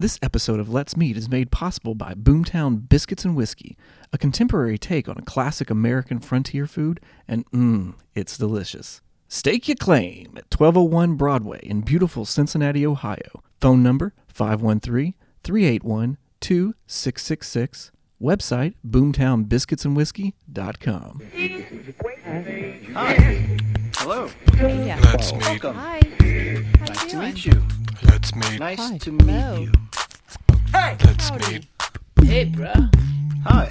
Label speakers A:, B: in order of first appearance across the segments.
A: This episode of Let's Meet is made possible by Boomtown Biscuits and Whiskey, a contemporary take on a classic American frontier food, and mmm, it's delicious. Stake your claim at 1201 Broadway in beautiful Cincinnati, Ohio. Phone number 513 381 2666. Website boomtownbiscuitsandwhiskey.com.
B: Hello.
C: Let's meet.
B: Welcome.
D: Hi.
B: Nice
D: How
B: to
D: you doing?
B: meet you.
C: Let's meet.
B: Nice
D: Hi.
B: to meet
D: Hello.
B: you.
C: Let's meet.
B: Hi.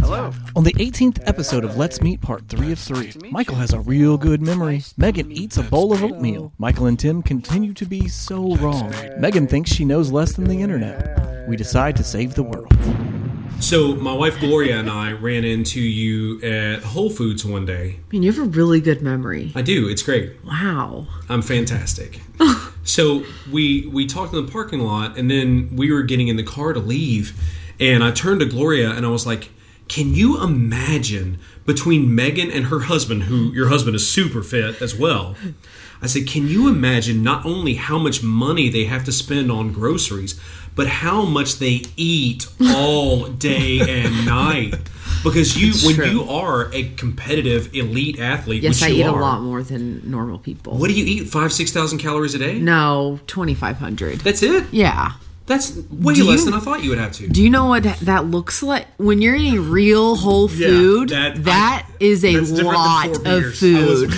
B: Hello.
A: On the 18th episode of Let's Meet Part 3 of 3,
B: meet
A: Michael
B: you.
A: has a real good memory. Megan eats a bowl of oatmeal. Michael and Tim continue to be so wrong. Megan thinks she knows less than the internet. We decide to save the world.
E: So my wife Gloria and I ran into you at Whole Foods one day.
F: Man, you have a really good memory.
E: I do. It's great.
F: Wow.
E: I'm fantastic. so we we talked in the parking lot, and then we were getting in the car to leave, and I turned to Gloria and I was like, "Can you imagine between Megan and her husband, who your husband is super fit as well?" I said, "Can you imagine not only how much money they have to spend on groceries, but how much they eat all day and night?" Because you, when
F: true.
E: you are a competitive elite athlete,
F: Yes,
E: which
F: I
E: you
F: eat
E: are,
F: a lot more than normal people.
E: What do you eat? Five, six thousand calories a day?
F: No, 2,500.
E: That's it?
F: Yeah.
E: That's way
F: Do
E: less
F: you-
E: than I thought you would have to.
F: Do you know what that looks like? When you're eating real whole food,
E: that- I-
F: that is a
E: different than
F: lot
E: four
F: of
E: beers. I was-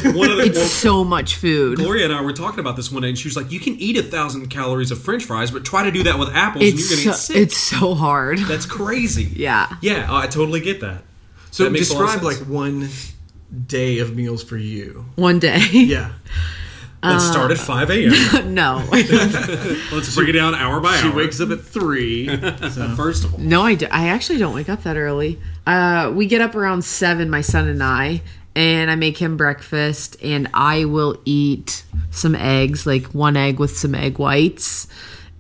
F: food.
E: one of the-
F: it's so much food.
E: Gloria and I were talking about this one day, and she was like, "You can eat a thousand calories of French fries, but try to do that with apples, and you're going
F: It's
E: to
F: so,
E: get sick."
F: it's so hard.
E: That's crazy.
F: Yeah.
E: Yeah, I totally get that.
G: So
E: That makes a lot of
G: describe like
E: sense.
G: one day of meals for you.
F: One day.
G: Yeah.
E: Let's start at five a.m.
F: no.
E: Let's break it down hour by
G: She
E: hour.
G: wakes up at three.
E: first of all.
F: No, I, do- I actually don't wake up that early. Uh, we get up around seven, my son and I, and I make him breakfast, and I will eat some eggs, like one egg with some egg whites.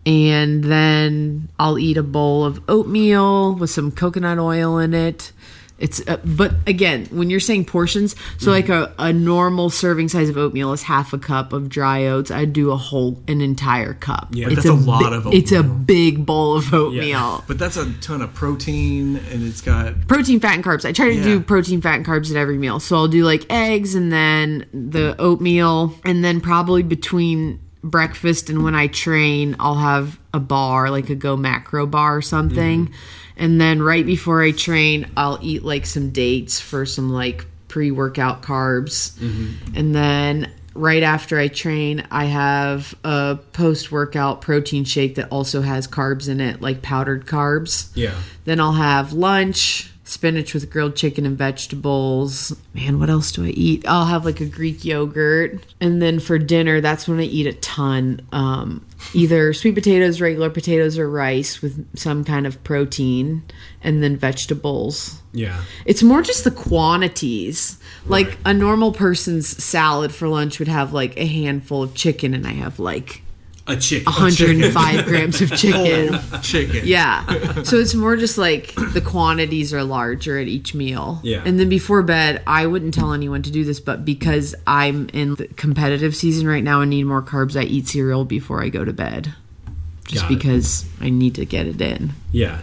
F: And then I'll eat a bowl of oatmeal with some coconut oil in it. It's, uh, but again, when you're saying portions, so like a, a normal serving size of oatmeal is half a cup of dry oats. I do a whole, an entire cup. Yeah,
G: that's a lot of
F: It's a big bowl of oatmeal
G: but that's a ton of protein and it's got
F: protein, fat, and carbs. I try to
G: Yeah.
F: do protein, fat, and carbs at every meal. So I'll do like eggs and then the oatmeal, and then probably between breakfast and when I train, I'll have a bar, like a go macro bar or something. And then right before I train, I'll eat like some dates for some like pre workout carbs. And then right after I train, I have a post workout protein shake that also has carbs in it, like powdered carbs.
E: Yeah.
F: Then I'll have lunch, spinach with grilled chicken and vegetables. Man, what else do I eat? I'll have like a Greek yogurt. And then for dinner, that's when I eat a ton. Um, either sweet potatoes, regular potatoes, or rice with some kind of protein, and then vegetables.
E: Yeah.
F: It's more just the quantities. Like a normal person's salad for lunch would have like a handful of chicken, and I have like
E: A chick.
F: 105 grams of chicken.
G: chicken.
F: Yeah. So it's more just like the quantities are larger at each meal.
E: Yeah.
F: And then before bed, I wouldn't tell anyone to do this, but because I'm in the competitive season right now and need more carbs, I eat cereal before I go to bed. Just
E: Got it.
F: because I need to get it in.
E: Yeah.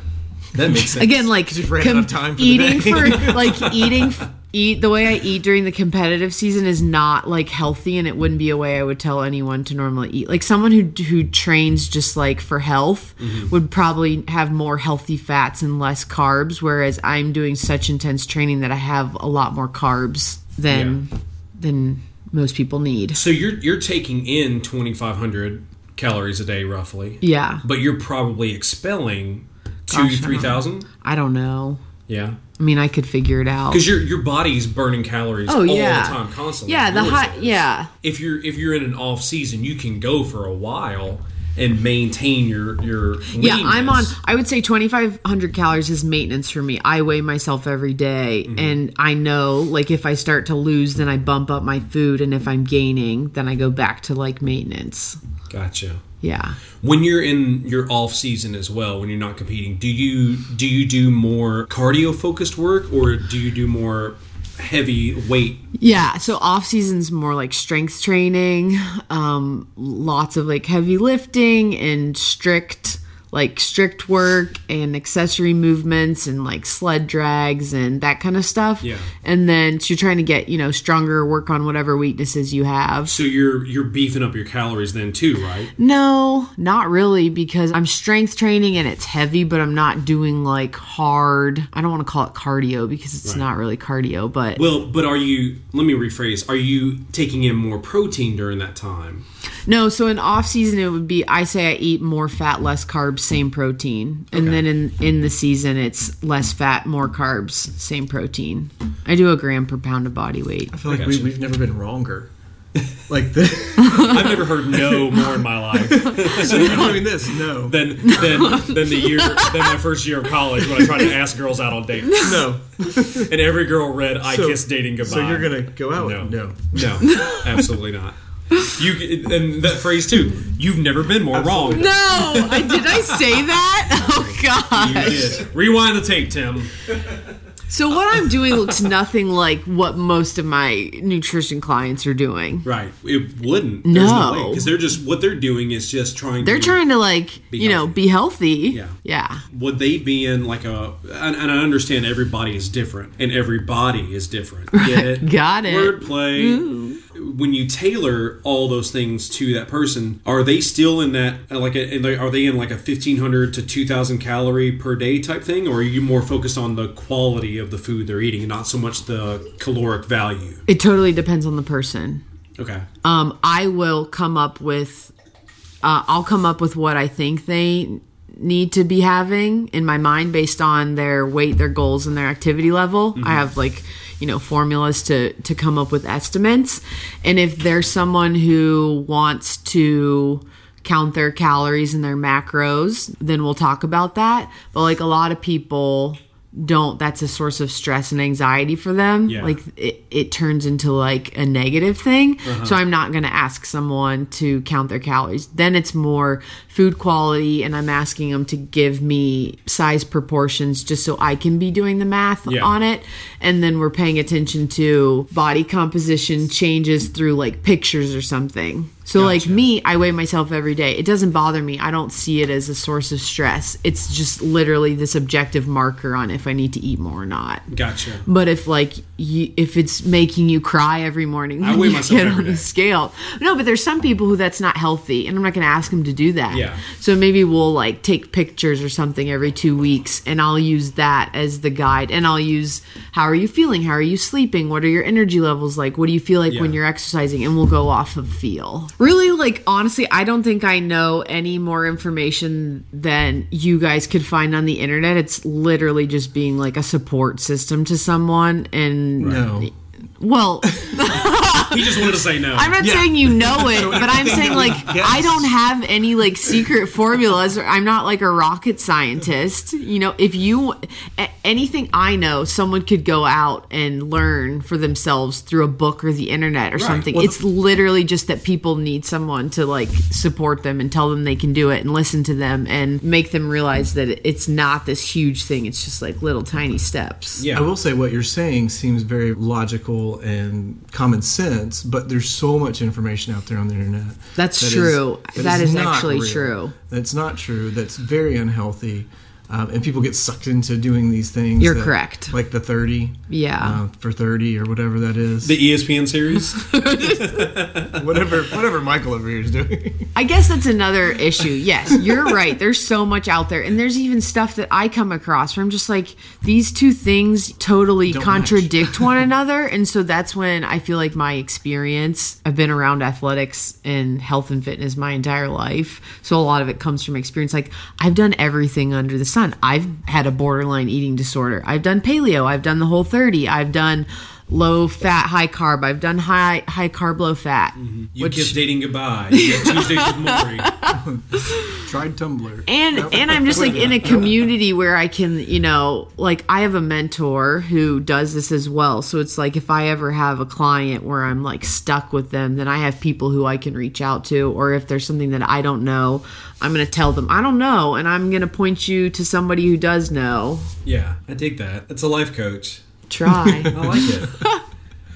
E: That makes sense.
F: Again, like
G: you've ran out of time for the
F: eating
G: day.
F: for like eating f- eat the way I eat during the competitive season is not like healthy, and it wouldn't be a way I would tell anyone to normally eat. Like someone who who trains just like for health
G: Mm-hmm.
F: would probably have more healthy fats and less carbs, whereas I'm doing such intense training that I have a lot more carbs than than most people need.
E: So you're you're taking in twenty five hundred calories a day roughly.
F: Yeah,
E: But you're probably expelling two
F: Gosh, I
E: three
F: don't-
E: thousand.
F: I don't know.
E: Yeah.
F: I mean, I could figure it out.
E: because your your body's burning calories
F: Oh,
E: all
F: yeah.
E: the time constantly.
F: Yeah, the
E: Yours
F: hot.
E: is.
F: Yeah,
E: If you're if you're in an off season, you can go for a while and maintain your your.
F: Yeah, I'm on.
E: leanness.
F: I would say 2,500 calories is maintenance for me. I weigh myself every day, and I know like if I start to lose, then I bump up my food, and if I'm gaining, then I go back to like maintenance.
E: Gotcha.
F: Yeah.
E: When you're in your off season as well, when you're not competing, do you do you do more cardio focused work or do you do more heavy weight?
F: Yeah, so off season's more like strength training, um, lots of like heavy lifting and strict like strict work and accessory movements and like sled drags and that kind of stuff.
E: Yeah.
F: And then so you're trying to get, you know, stronger work on whatever weaknesses you have.
E: So you're you're beefing up your calories then too, right?
F: No, not really, because I'm strength training and it's heavy, but I'm not doing like hard. I don't want to call it cardio because it's not really cardio, but
E: Well, but are you? Let me rephrase. Are you taking in more protein during that time?
F: No, so in off season it would be I say I eat more fat, less carbs, same protein. And then in in the season it's less fat, more carbs, same protein. I do a gram per pound of body weight.
G: I feel like we,
E: gotcha.
G: we've never been wronger. Like the,
E: I've never heard no more in my life
G: so you're doing this? No,
E: than than than the year than my first year of college when I tried to ask girls out on dates,
G: no.
E: and every girl read "I
G: So-
E: kiss dating goodbye."
G: So you're gonna go out?
E: No.
G: with No,
E: no, absolutely not. You and that phrase too. You've never been more wrong.
F: No, I did I say that? Oh god.
E: You did. Rewind the tape, Tim.
F: So what I'm doing looks nothing like what most of my nutrition clients are doing.
E: Right. It wouldn't. There's no.
F: No.
E: Because they're just, what they're doing is just trying
F: They're
E: to.
F: trying to like, you know,
E: Mm. healthy.
F: be healthy.
E: Yeah.
F: Yeah.
E: Would they be in like a. And, and I understand every body is different and every body is different. Get it?
F: Got it.
E: Wordplay. When you tailor all those things to that person, are they still in that uh, like a, in the- are they in like a fifteen hundred to two thousand calorie per day type thing, or are you more focused on the quality of the food they're eating and not so much the caloric value?
F: It totally depends on the person.
E: Okay,
F: um, I will come up with, uh, I'll come up with what I think they need to be having in my mind based on their weight, their goals, and their activity level. I have like, you know, formulas to to come up with estimates. And if there's someone who wants to count their calories and their macros, then we'll talk about that. But like a lot of people don't that's a source of stress and anxiety for them
E: Yeah.
F: like it, it turns into like a negative thing. So I'm not going to ask someone to count their calories. Then it's more food quality, and I'm asking them to give me size proportions just so I can be doing the math
E: Yeah.
F: on it. And then we're paying attention to body composition changes through like pictures or something. So, like me, I weigh myself every day. It doesn't bother me. I don't see it as a source of stress. It's just literally this objective marker on if I need to eat more or not.
E: gotcha.
F: But if like you, if it's making you cry every morning,
E: I
F: when
E: weigh
F: you
E: myself
F: get
E: every
F: on
E: day.
F: the scale. No, but there's some people who that's not healthy, and I'm not going to ask them to do that.
E: Yeah.
F: So maybe we'll like take pictures or something every two weeks, and I'll use that as the guide, and I'll use how are you feeling, how are you sleeping, what are your energy levels like, what do you feel like when
E: Yeah.
F: you're exercising, and we'll go off of feel. Really, like honestly, I don't think I know any more information than you guys could find on the internet. It's literally just being like a support system to someone, and
G: no.
F: well.
E: He just wanted to say no.
F: I'm not saying you know it, but I'm saying like I don't have any like secret formulas. Or I'm not like a rocket scientist. You know, if you a- anything I know, someone could go out and learn for themselves through a book or the internet or something.
E: Well, the-
F: it's literally just that people need someone to like support them and tell them they can do it and listen to them and make them realize that it's not this huge thing. It's just like little tiny steps.
E: yeah.
G: I will say what you're saying seems very logical and common sense, but there's so much information out there on the internet.
F: That's
G: that is-
F: true. That is
G: not
F: actually
G: real.
F: true.
G: That's not true. That's very unhealthy. Um, and people get sucked into doing these things.
F: You're
G: that-
F: correct.
G: Like the 30.
F: Yeah.
G: uh, for 30 or whatever that is.
E: the E ESPN series.
G: whatever whatever Michael over here is doing.
F: I guess that's another issue. Yes, you're right. There's so much out there, and there's even stuff that I come across where I'm just like, these two things totally
G: Don't
F: contradict one another, and so that's when I feel like my experience. I've been around athletics and health and fitness my entire life, so a lot of it comes from experience. Like I've done everything under the sun. I've had a borderline eating disorder. I've done paleo. I've done the whole 30. I've done low fat, high carb. I've done high high carb, low fat.
E: You kiss dating goodbye. You get Tuesdays with Maury.
G: Tried Tumblr.
F: and and I'm just like in a community where I can, you know, like I have a mentor who does this as well. So it's like if I ever have a client where I'm like stuck with them, then I have people who I can reach out to or if there's something that I don't know, I'm going to tell them I don't know and I'm going to point you to somebody who does know.
E: Yeah, I dig that. It's a life coach.
F: Try.
E: I like it.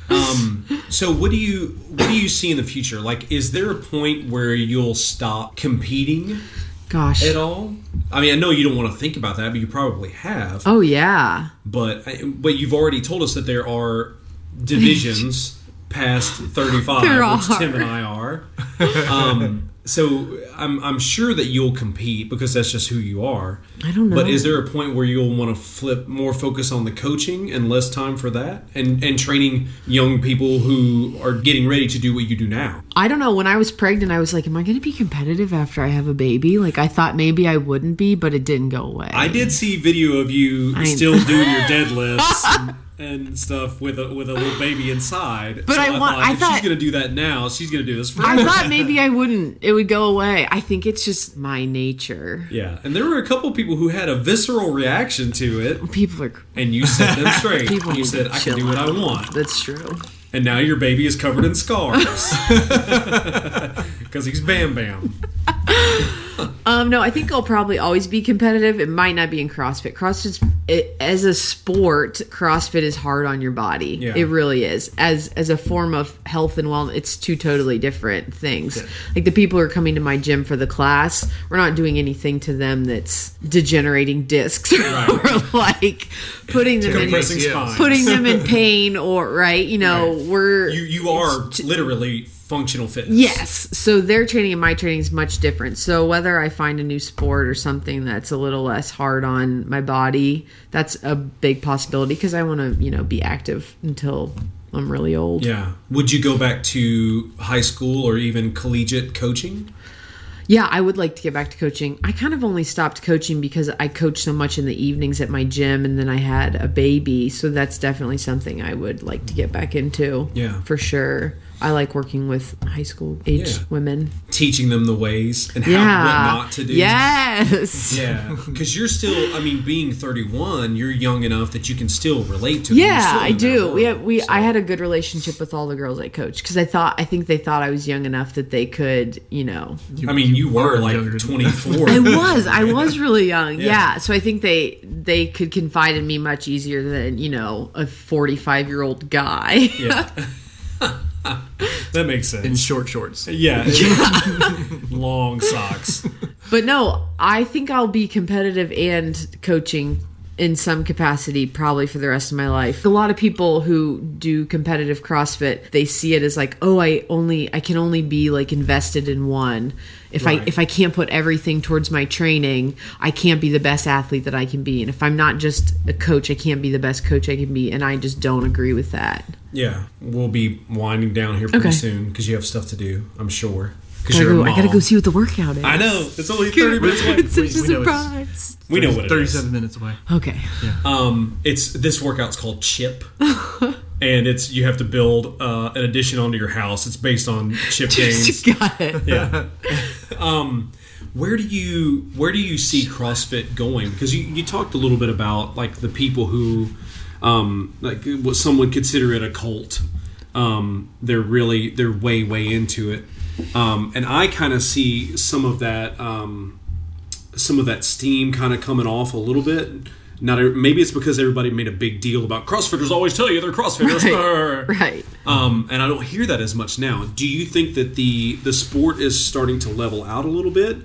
E: um, so what do you what do you see in the future? Like, is there a point where you'll stop competing?
F: Gosh.
E: at all? I mean, I know you don't want to think about that, but you probably have.
F: Oh yeah.
E: But but you've already told us that there are divisions past 35,
F: There
E: which Tim
F: are.
E: and I are. Um, so I'm, I'm sure that you'll compete because that's just who you are.
F: I don't know.
E: But is there a point where you'll want to flip more focus on the coaching and less time for that and, and training young people who are getting ready to do what you do now?
F: I don't know. When I was pregnant, I was like, "Am I going to be competitive after I have a baby?" Like I thought maybe I wouldn't be, but it didn't go away.
E: I did see video of you
F: I-
E: still doing your deadlifts and, and stuff with a with a little baby inside.
F: But I want-
E: thought,
F: I
E: if
F: thought-
E: she's gonna do that now. She's gonna do this for
F: I thought maybe I wouldn't. It would go away. I think it's just my nature.
E: yeah. And there were a couple people who had a visceral reaction to it,
F: People are.
E: and you set them straight.
F: People
E: you
F: need
E: said,
F: to
E: "I can do
F: chill
E: what I
F: out."
E: want,"
F: That's true.
E: and now your baby is covered in scars because he's Bam Bam.
F: Um, no, I think I'll probably always be competitive. It might not be in CrossFit. CrossFit's it, as a sport, CrossFit is hard on your body.
E: Yeah.
F: It really is. As as a form of health and wellness, it's two totally different things. Like the people who are coming to my gym for the class, we're not doing anything to them that's degenerating discs or like putting them
E: Compressing
F: in
E: spines.
F: putting them in pain or right. You know, we're
E: You you are literally functional fitness.
F: Yes. So their training and my training is much different. So whether I find a new sport or something that's a little less hard on my body, that's a big possibility because I want to, you know, be active until I'm really old. Yeah.
E: Yeah. Would you go back to high school or even collegiate coaching?
F: I would like to get back to coaching. I kind of only stopped coaching because I coached so much in the evenings at my gym and then I had a baby. So that's definitely something I would like to get back into.
E: Yeah.
F: For sure. I like working with high school age
E: Yeah.
F: women.
E: teaching them the ways and how
F: Yeah.
E: what not to do.
F: Yes.
E: Yeah, because you're still. I mean, being 31, you're young enough that you can still relate to. it. You're
F: Yeah,
E: still
F: I
E: in that
F: do. We
E: world,
F: we
E: so.
F: I had a good relationship with all the girls I coached because I thought I think they thought I was young enough that they could, you know.
E: I mean, you were
G: are
E: like
G: younger than-
E: 24.
F: I was I was really young. Yeah.
E: Yeah.
F: so I think they they could confide in me much easier than you know a forty five year old guy.
E: Yeah. that makes sense.
G: in short shorts.
E: yeah. Long socks.
F: But no, I think I'll be competitive and coaching in some capacity probably for the rest of my life. A lot of people who do competitive CrossFit, they see it as like, "Oh, I only I can only be like invested in one. If I
E: Right.
F: if I can't put everything towards my training, I can't be the best athlete that I can be. And if I'm not just a coach, I can't be the best coach I can be." And I just don't agree with that.
E: Yeah, we'll be winding down here pretty
F: Okay.
E: soon because you have stuff to do. I'm sure. Because
F: I,
E: you're a
F: go,
E: mom.
F: I got to go see what the workout is.
E: I know it's only 30 minutes away.
F: It's such a
G: We- we know it's-
F: surprise.
E: We know what it is.
G: Thirty-seven minutes away.
F: Okay.
E: Um, it's this workout's called Chip, and it's you have to build uh, an addition onto your house. It's based on chip games.
F: Got it.
E: Where do you where do you see CrossFit going? Because you, you talked a little bit about like the people who, um, like what some would consider it a cult. Um, they're really they're way way into it, um, and I kind of see some of that. Um, some of that steam kind of coming off a little bit. Not every- maybe it's because everybody made a big deal about CrossFitters always tell you they're CrossFitters, Brr.
F: Right.
E: Um, and I don't hear that as much now. Do you think that the the sport is starting to level out a little bit,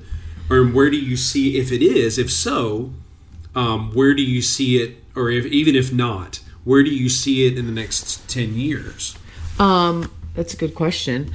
E: or where do you see if it is? If so, um, where do you see it, or if even if not, where do you see it in the next ten years?
F: Um, that's a good question.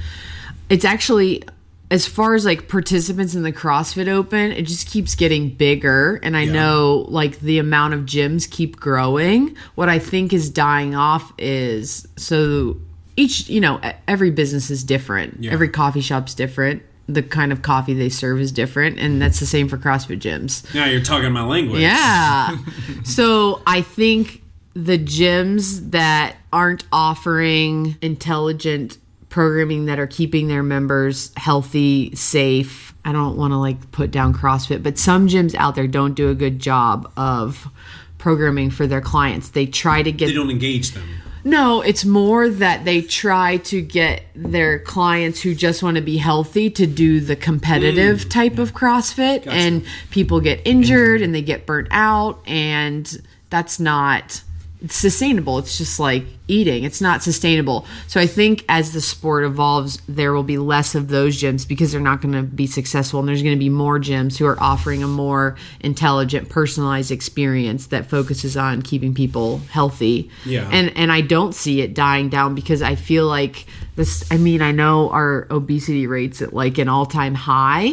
F: It's actually as far as like participants in the CrossFit Open, it just keeps getting bigger and I know like the amount of gyms keep growing. What I think is dying off is so each, you know, e- every business is different. Every coffee shop's different. The kind of coffee they serve is different and that's the same for CrossFit gyms.
E: Now you're talking my language.
F: Yeah. so I think the gyms that aren't offering intelligent programming that are keeping their members healthy, safe. I don't want to like put down CrossFit, but some gyms out there don't do a good job of programming for their clients. They try to get
E: they don't engage them.
F: no, it's more that they try to get their clients who just want to be healthy to do the competitive type of CrossFit, and people get injured and they get burnt out, and that's not sustainable. It's just like eating. It's not sustainable. So I think as the sport evolves, there will be less of those gyms because they're not going to be successful. And there's going to be more gyms who are offering a more intelligent, personalized experience that focuses on keeping people healthy.
E: Yeah.
F: And and I don't see it dying down because I feel like this I mean, I know our obesity rates at like an all-time high,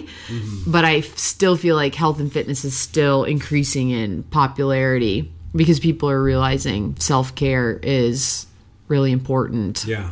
F: but I f- still feel like health and fitness is still increasing in popularity because people are realizing self care is really important.
E: Yeah.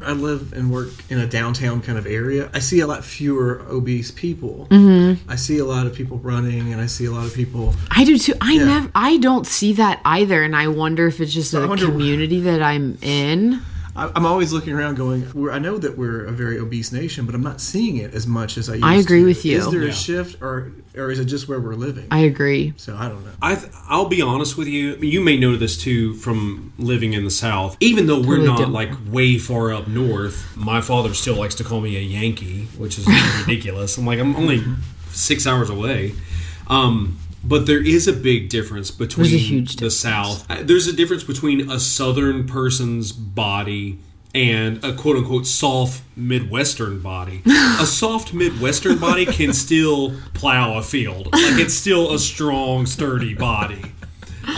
G: I live and work in a downtown kind of area. I see a lot fewer obese people.
F: Mm-hmm.
G: I see a lot of people running, and I see a lot of people.
F: I do too. I never, I don't see that either, and I wonder if it's just the
G: wonder-
F: community that I'm in.
G: I, I'm always looking around, going, we're, "I know that we're a very obese nation, but I'm not seeing it as much as I used."
F: I agree
G: to.
F: with you.
G: Is there
E: Yeah.
G: a shift, or or is it just where we're living?
F: I agree.
G: so I don't know.
E: I th- I'll be honest with you. You may know this too from living in the South. Even though we're
F: Totally
E: not
F: different.
E: like way far up north, my father still likes to call me a Yankee, which is ridiculous. I'm like I'm only six hours away. Um, but there is a big difference between
F: huge
E: the South. Uh, There's a difference between a Southern person's body and a quote unquote soft Midwestern body. a soft Midwestern body can still plow a field. Like it's still a strong, sturdy body.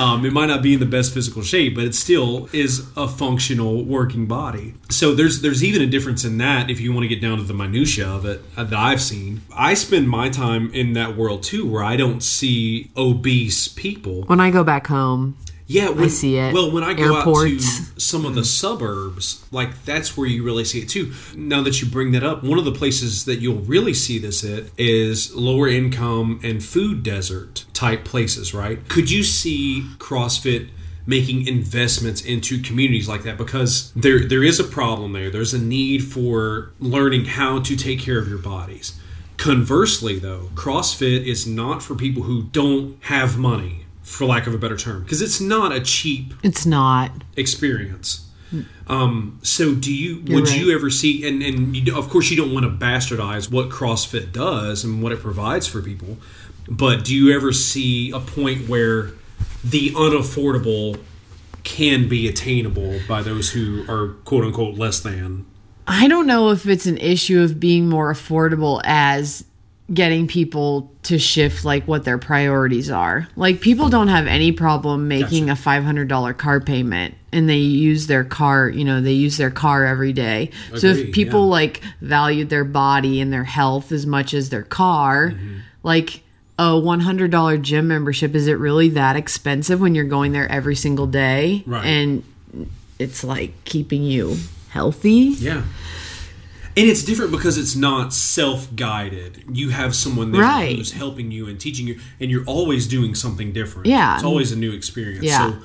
E: Um, it might not be in the best physical shape, but it still is a functional working body. So there's there's even a difference in that if you want to get down to the minutia of it uh, that I've seen. I spend my time in that world too, where I don't see obese people.
F: When I go back home,
E: Yeah, when,
F: see it.
E: Well, when I go out
F: Airports.
E: to some of the suburbs, like that's where you really see it too. Now that you bring that up, one of the places that you'll really see this at is lower income and food desert type places, right? Could you see CrossFit making investments into communities like that because there there is a problem there. There's a need for learning how to take care of your bodies. Conversely, though, CrossFit is not for people who don't have money, for lack of a better term, because it's not a cheap
F: it's not.
E: experience. Um, so, do you
F: Hmm. You're
E: would
F: right.
E: you ever see? And and you, do- of course, you don't want to bastardize what CrossFit does and what it provides for people. But do you ever see a point where the unaffordable can be attainable by those who are quote unquote less than?
F: I don't know if it's an issue of being more affordable as getting people to shift like what their priorities are. Like people don't have any problem making a $500 car payment and they use their car, you know, they use their car every day. so
E: Agreed,
F: if people
E: yeah.
F: like valued their body and their health as much as their car,
E: Mm-hmm.
F: like a $100 gym membership is it really that expensive when you're going there every single day
E: Right.
F: and it's like keeping you healthy?
E: Yeah. And it's different because it's not self guided. You have someone there
F: Right.
E: who's helping you and teaching you, and you're always doing something different.
F: Yeah.
E: It's always a new experience.
F: Yeah.
E: So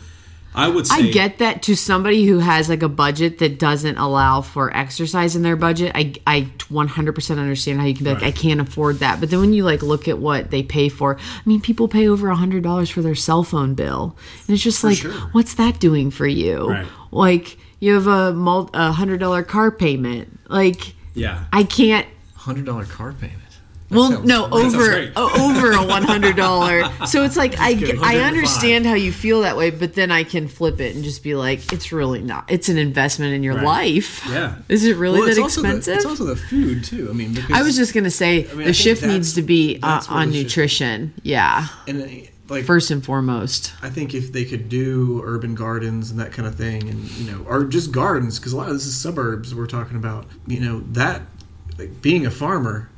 E: I would say.
F: I get that to somebody who has like a budget that doesn't allow for exercise in their budget. I, I 100% understand how you can be like, I can't afford that. But then when you like look at what they pay for, I mean, people pay over $100 for their cell phone bill. And it's just like,
E: sure.
F: what's that doing for you?
E: Right.
F: Like, you have a, mul- a $100 car payment. Like,
E: Yeah.
F: I can't.
G: Hundred dollar car payment.
F: Well,
G: sounds
F: no,
G: great.
E: sounds
F: over
E: great.
F: o- over a one hundred dollar. So it's like I get- I
G: 105.
F: understand how you feel that way, but then I can flip it and just be like, it's really not. It's an investment in your life.
E: Yeah.
F: Is it really
G: Well,
F: that
G: it's also the,
F: expensive?
G: it's also the food too. I mean, because
F: I was just gonna say
G: mean, I
F: the
G: think
F: shift
G: that's-
F: needs to be uh,
G: that's where
F: on
G: the shift-
F: nutrition. Yeah,
G: and, uh, like
F: first and foremost.
G: I think if they could do urban gardens and that kind of thing, and you know, or just gardens, because a lot of this is suburbs we're talking about. You know, that like being a farmer,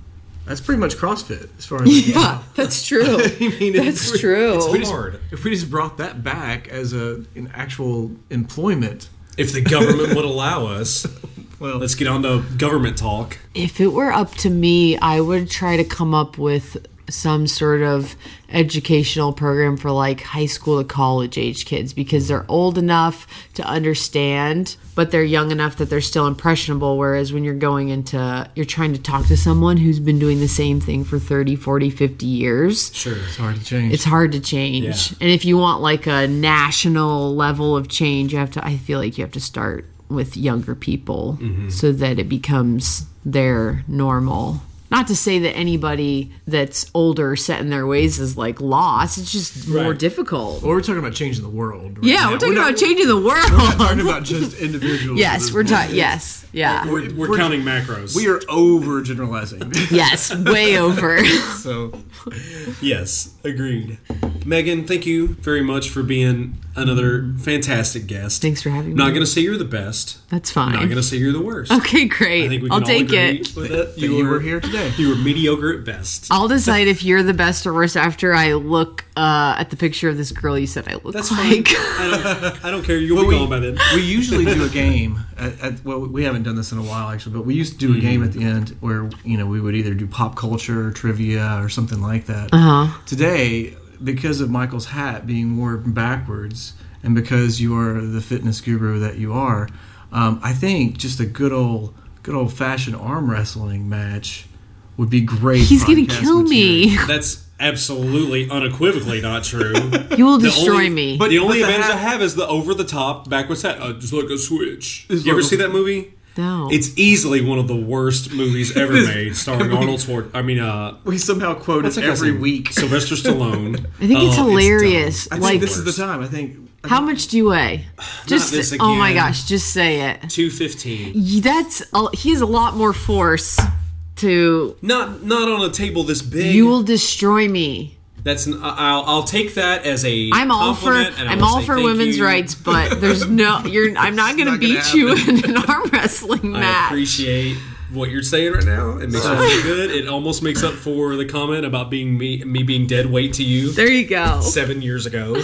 G: that's pretty much CrossFit as far as I can
F: Yeah, that's true.
G: tell. I mean,
F: That's
G: if we-
F: true.
E: It's pretty hard.
G: If we just brought that back as a an actual employment,
E: If the government would allow us,
G: well,
E: let's get on to government talk.
F: If it were up to me, I would try to come up with some sort of educational program for like high school to college age kids because they're old enough to understand, but they're young enough that they're still impressionable. Whereas when you're going into, you're trying to talk to someone who's been doing the same thing for 30, 40, 50 years,
E: Sure.
G: it's hard to change.
F: it's hard to change.
E: Yeah.
F: And if you want like a national level of change, you have to I feel like you have to
E: Mm-hmm.
F: start with younger people so that it becomes their normal. And Not to say that anybody that's older, set in their ways, is like lost. It's just more
E: Right.
F: difficult.
G: Well, we're talking about changing the world. right
F: yeah,
G: now.
F: we're talking
G: not-
F: about changing the
G: We're talking
F: world.
G: about just individuals. at
F: yes,
G: this
F: we're
G: point.
F: talking. Yes, yeah,
E: We're, we're,
G: We're-
E: counting macros.
G: We are over generalizing.
F: yes, way over.
E: so yes, agreed. Megan, thank you very much for being another fantastic guest.
F: Thanks for having me.
E: Not gonna say you're the best.
F: That's
E: Not
F: fine.
E: gonna say you're the worst.
F: Okay,
E: I think
F: great.
E: we
F: I'll
E: can all
F: take
E: agree
F: it.
E: With that.
G: you were here today.
E: You were mediocre at best.
F: I'll decide if you're the best or worst after I look uh, at the picture of this girl you said I look
E: That's fine.
F: like.
E: I, don't, I don't care. You'll be
G: we-
E: gone by then.
G: we usually do a game. At, at, well, we haven't done this in a while actually, but we used to do a game at the end where you know we would either do pop culture, trivia, or something like that.
F: Uh-huh.
G: Today, because of Michael's hat being worn backwards, and because you are the fitness guru that you are, um, I think just a good old, good old fashioned arm wrestling match would be great.
F: He's gonna
G: podcast
F: kill
G: material.
F: me.
E: That's absolutely unequivocally not true.
F: You will
E: The
F: destroy
E: only-
F: me.
E: the only
G: but the
E: advantage
G: hat-
E: I have is the over the top backwards hat. Uh, just like a switch.
G: It's
E: you ever
G: like a-
E: see that movie?
F: no.
E: It's easily one of the worst movies ever made, starring Arnold Schwarzenegger. I mean, uh,
G: We somehow quote it
E: that guy's
G: every
E: name?
G: week.
E: Sylvester Stallone. Uh,
F: I think it's
E: dumb.
F: hilarious.
G: I think
F: like,
G: this is the time. I think. I
F: how much do you weigh? Just
E: this
F: oh my
E: again.
F: gosh, just say it.
E: Two fifteen.
F: Y- That's a, he has a lot more force to.
E: Not not on a table this big.
F: You will destroy me.
E: That's an, I- I'll I'll take that as a.
F: I'm all for
E: compliment, and I
F: I'm
E: will
F: all
E: say
F: for
E: thank
F: women's
E: you.
F: rights, but there's no you're. I'm not going to
G: not gonna
F: beat you in an arm wrestling
E: I
F: match.
E: appreciate what you're saying right now. It makes me feel good. It almost makes up for the comment about being me me being dead weight to you
F: there you go.
E: seven years ago.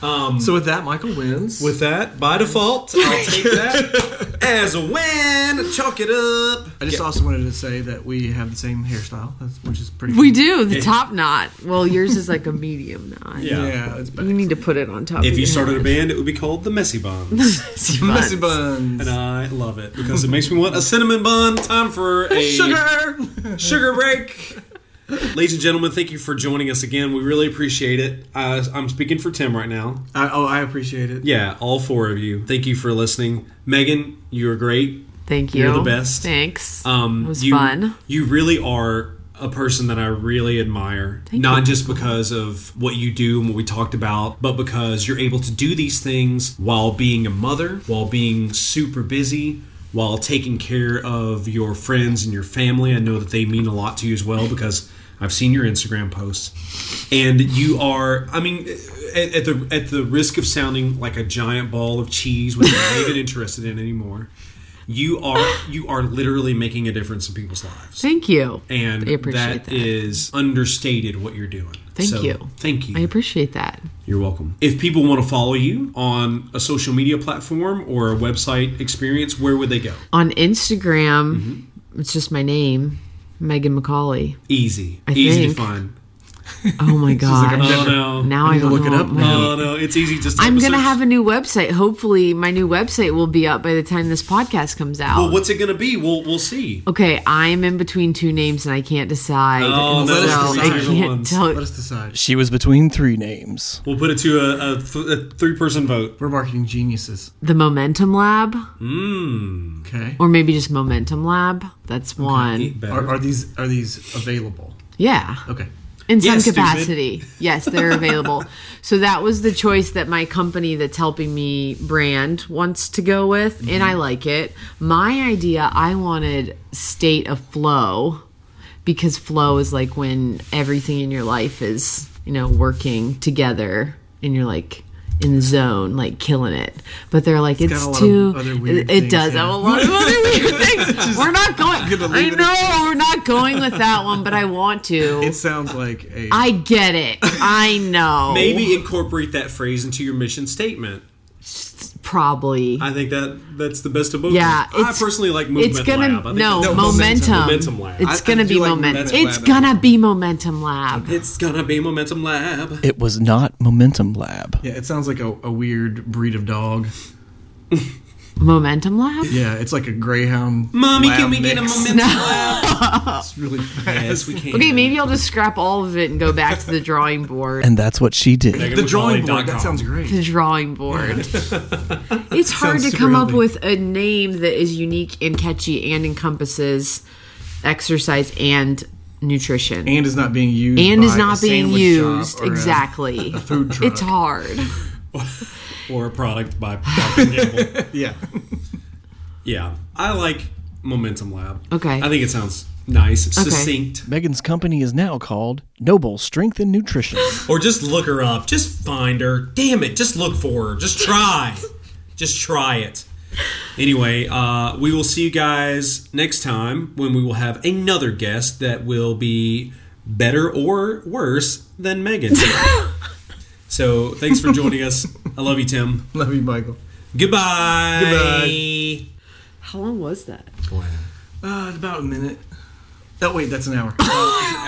G: So with that, Michael wins.
E: With that, by default, I'll take that as a win. Chalk it up.
G: I just also wanted to say that we have the same hairstyle, that's- which is pretty.
F: We do the
E: It-
F: top knot. Well, yours is like a medium knot.
E: Yeah.
G: Yeah, it's better.
F: You need to put it on top. of
E: If you
F: your
E: started a
F: head.
E: band, it would be called the Messy Buns,
F: Messy
G: Messy
E: uh,
F: buns.
G: buns.
E: and I love it because it makes me want a cinnamon bun. Time for a
G: Sugar.
E: sugar break. Ladies and gentlemen, thank you for joining us again. We really appreciate it. Uh, I'm speaking for Tim right now.
G: I, oh, I appreciate it.
E: Yeah, all four of you. Thank you for listening. Megan, you are great.
F: Thank you.
E: You're the best.
F: Thanks.
E: Um,
F: it was
E: you,
F: fun.
E: You really are a person that I really admire. Not just because of what you do and what we talked about, but because you're able to do these things while being a mother, while being super busy, while taking care of your friends and your family. I know that they mean a lot to you as well because I've seen your Instagram posts, and you are. I mean, at, at the at the risk of sounding like a giant ball of cheese, which I'm not even interested in anymore. You are you are literally making a difference in people's lives,
F: Thank you.
E: and
F: I appreciate
E: that
F: that.
E: is understated what you're doing.
F: Thank
E: So,
F: you.
E: Thank you.
F: I appreciate that.
E: You're welcome. If people want to follow you on a social media platform or a website experience, where would they go?
F: On Instagram,
E: Mm-hmm.
F: it's just my name, Megan McCauley.
E: Easy,
F: I
E: easy
F: think.
E: to find.
F: Oh my gosh.
E: Oh no,
F: now I,
G: need to
F: don't
G: look it
F: know
G: up
F: what my-
G: now.
E: oh no, it's easy. Just
F: I'm
E: type a
F: gonna
E: search.
F: have a new website. Hopefully, my new website will be up by the time this podcast comes out.
E: Well, what's it gonna be? We'll we'll see.
F: okay, I'm in between two names and I can't decide.
E: Oh,
F: and
E: no,
G: that's
F: so
G: the
F: I
G: favorite
F: can't
E: ones.
F: tell.
G: Let us decide.
A: She was between three names.
E: We'll put it to a, a, th- a three person vote.
G: We're marketing geniuses.
F: The Momentum Lab,
E: Mmm.
G: Okay.
F: or maybe just Momentum Lab. That's one.
G: Are, are these are these available?
F: Yeah.
G: Okay.
F: in some
E: Yes, stupid.
F: capacity. Yes, they're available. so that was the choice that my company that's helping me brand wants to go with,
G: Mm-hmm.
F: and I like it. My idea, I wanted state of flow because flow is like when everything in your life is, you know, working together and you're like in the zone, like killing it. But they're like,
G: got
F: it's,
G: a lot of
F: too.
G: other weird
F: it, it
G: things,
F: does have
G: yeah.
F: a lot of other weird things. We're not going. I
G: leave it at
F: know we're not going with that one, but I want to.
G: It sounds like a.
F: I get it. I know.
E: Maybe incorporate that phrase into your mission statement.
F: Probably.
E: I think that that's the best of both.
F: Yeah,
E: worlds. I
F: it's-
E: personally like movement
F: it's gonna
E: lab. I think
F: no,
E: that's-
F: momentum.
E: Momentum lab.
F: It's
G: I- I
F: gonna
G: do
F: be
G: like
F: momentum.
G: Momentum
F: It's
G: Lab.
F: gonna be momentum lab.
E: it's gonna be momentum lab.
A: It was not Momentum Lab.
G: yeah, it sounds like a, a weird breed of dog.
F: Momentum lab.
G: Yeah, it's like a greyhound.
E: Mommy,
G: lab
E: can we get a
G: mix.
E: momentum lab?
G: It's really fast.
E: Yes, we can.
F: Okay, maybe I'll just scrap all of it and go back to the drawing board.
A: And that's what she did.
G: The drawing board. That sounds
F: the
G: great.
F: drawing board. it's hard
G: Sounds
F: to
G: super
F: come up
G: healthy.
F: with a name that is unique and catchy and encompasses exercise and nutrition.
G: and is not being used.
F: and
G: by
F: is
G: a
F: not being
G: sandwich shop
F: used
G: or a-
F: exactly.
G: food truck.
F: It's hard.
E: or a product by Procter and Gamble.
G: yeah,
E: Yeah, I like Momentum Lab.
F: Okay.
E: I think it sounds nice,
F: Okay.
E: succinct,
A: Megan's company is now called Noble Strength and Nutrition.
E: or just look her up. Just find her. Damn it! Just look for her. Just try. just try it. Anyway, uh, we will see you guys next time when we will have another guest that will be better or worse than Megan. so thanks for joining us. I love you, Tim.
G: love you, Michael.
E: Goodbye.
F: How long was that?
E: Boy,
G: Uh, about a minute. Oh wait, that's an hour. Uh, it's an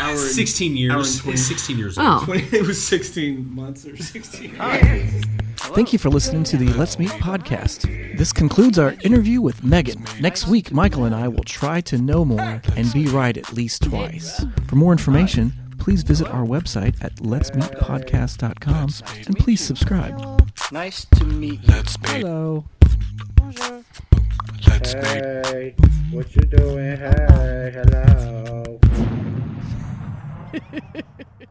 G: hour and-
E: 16
G: Hour
E: years.
G: and 20.
E: 16 years old.
F: Oh.
G: it was sixteen months or sixteen.
A: Thank you for listening to the Let's Meet podcast. This concludes our interview with Megan. Next week, Michael and I will try to know more and be right at least twice. For more information, please visit our website at letsmeetpodcast.com and please subscribe.
B: Nice to meet you.
C: Let's meet.
A: Hello.
C: Let's meet.
D: Hey, what you doing? Hey, hello.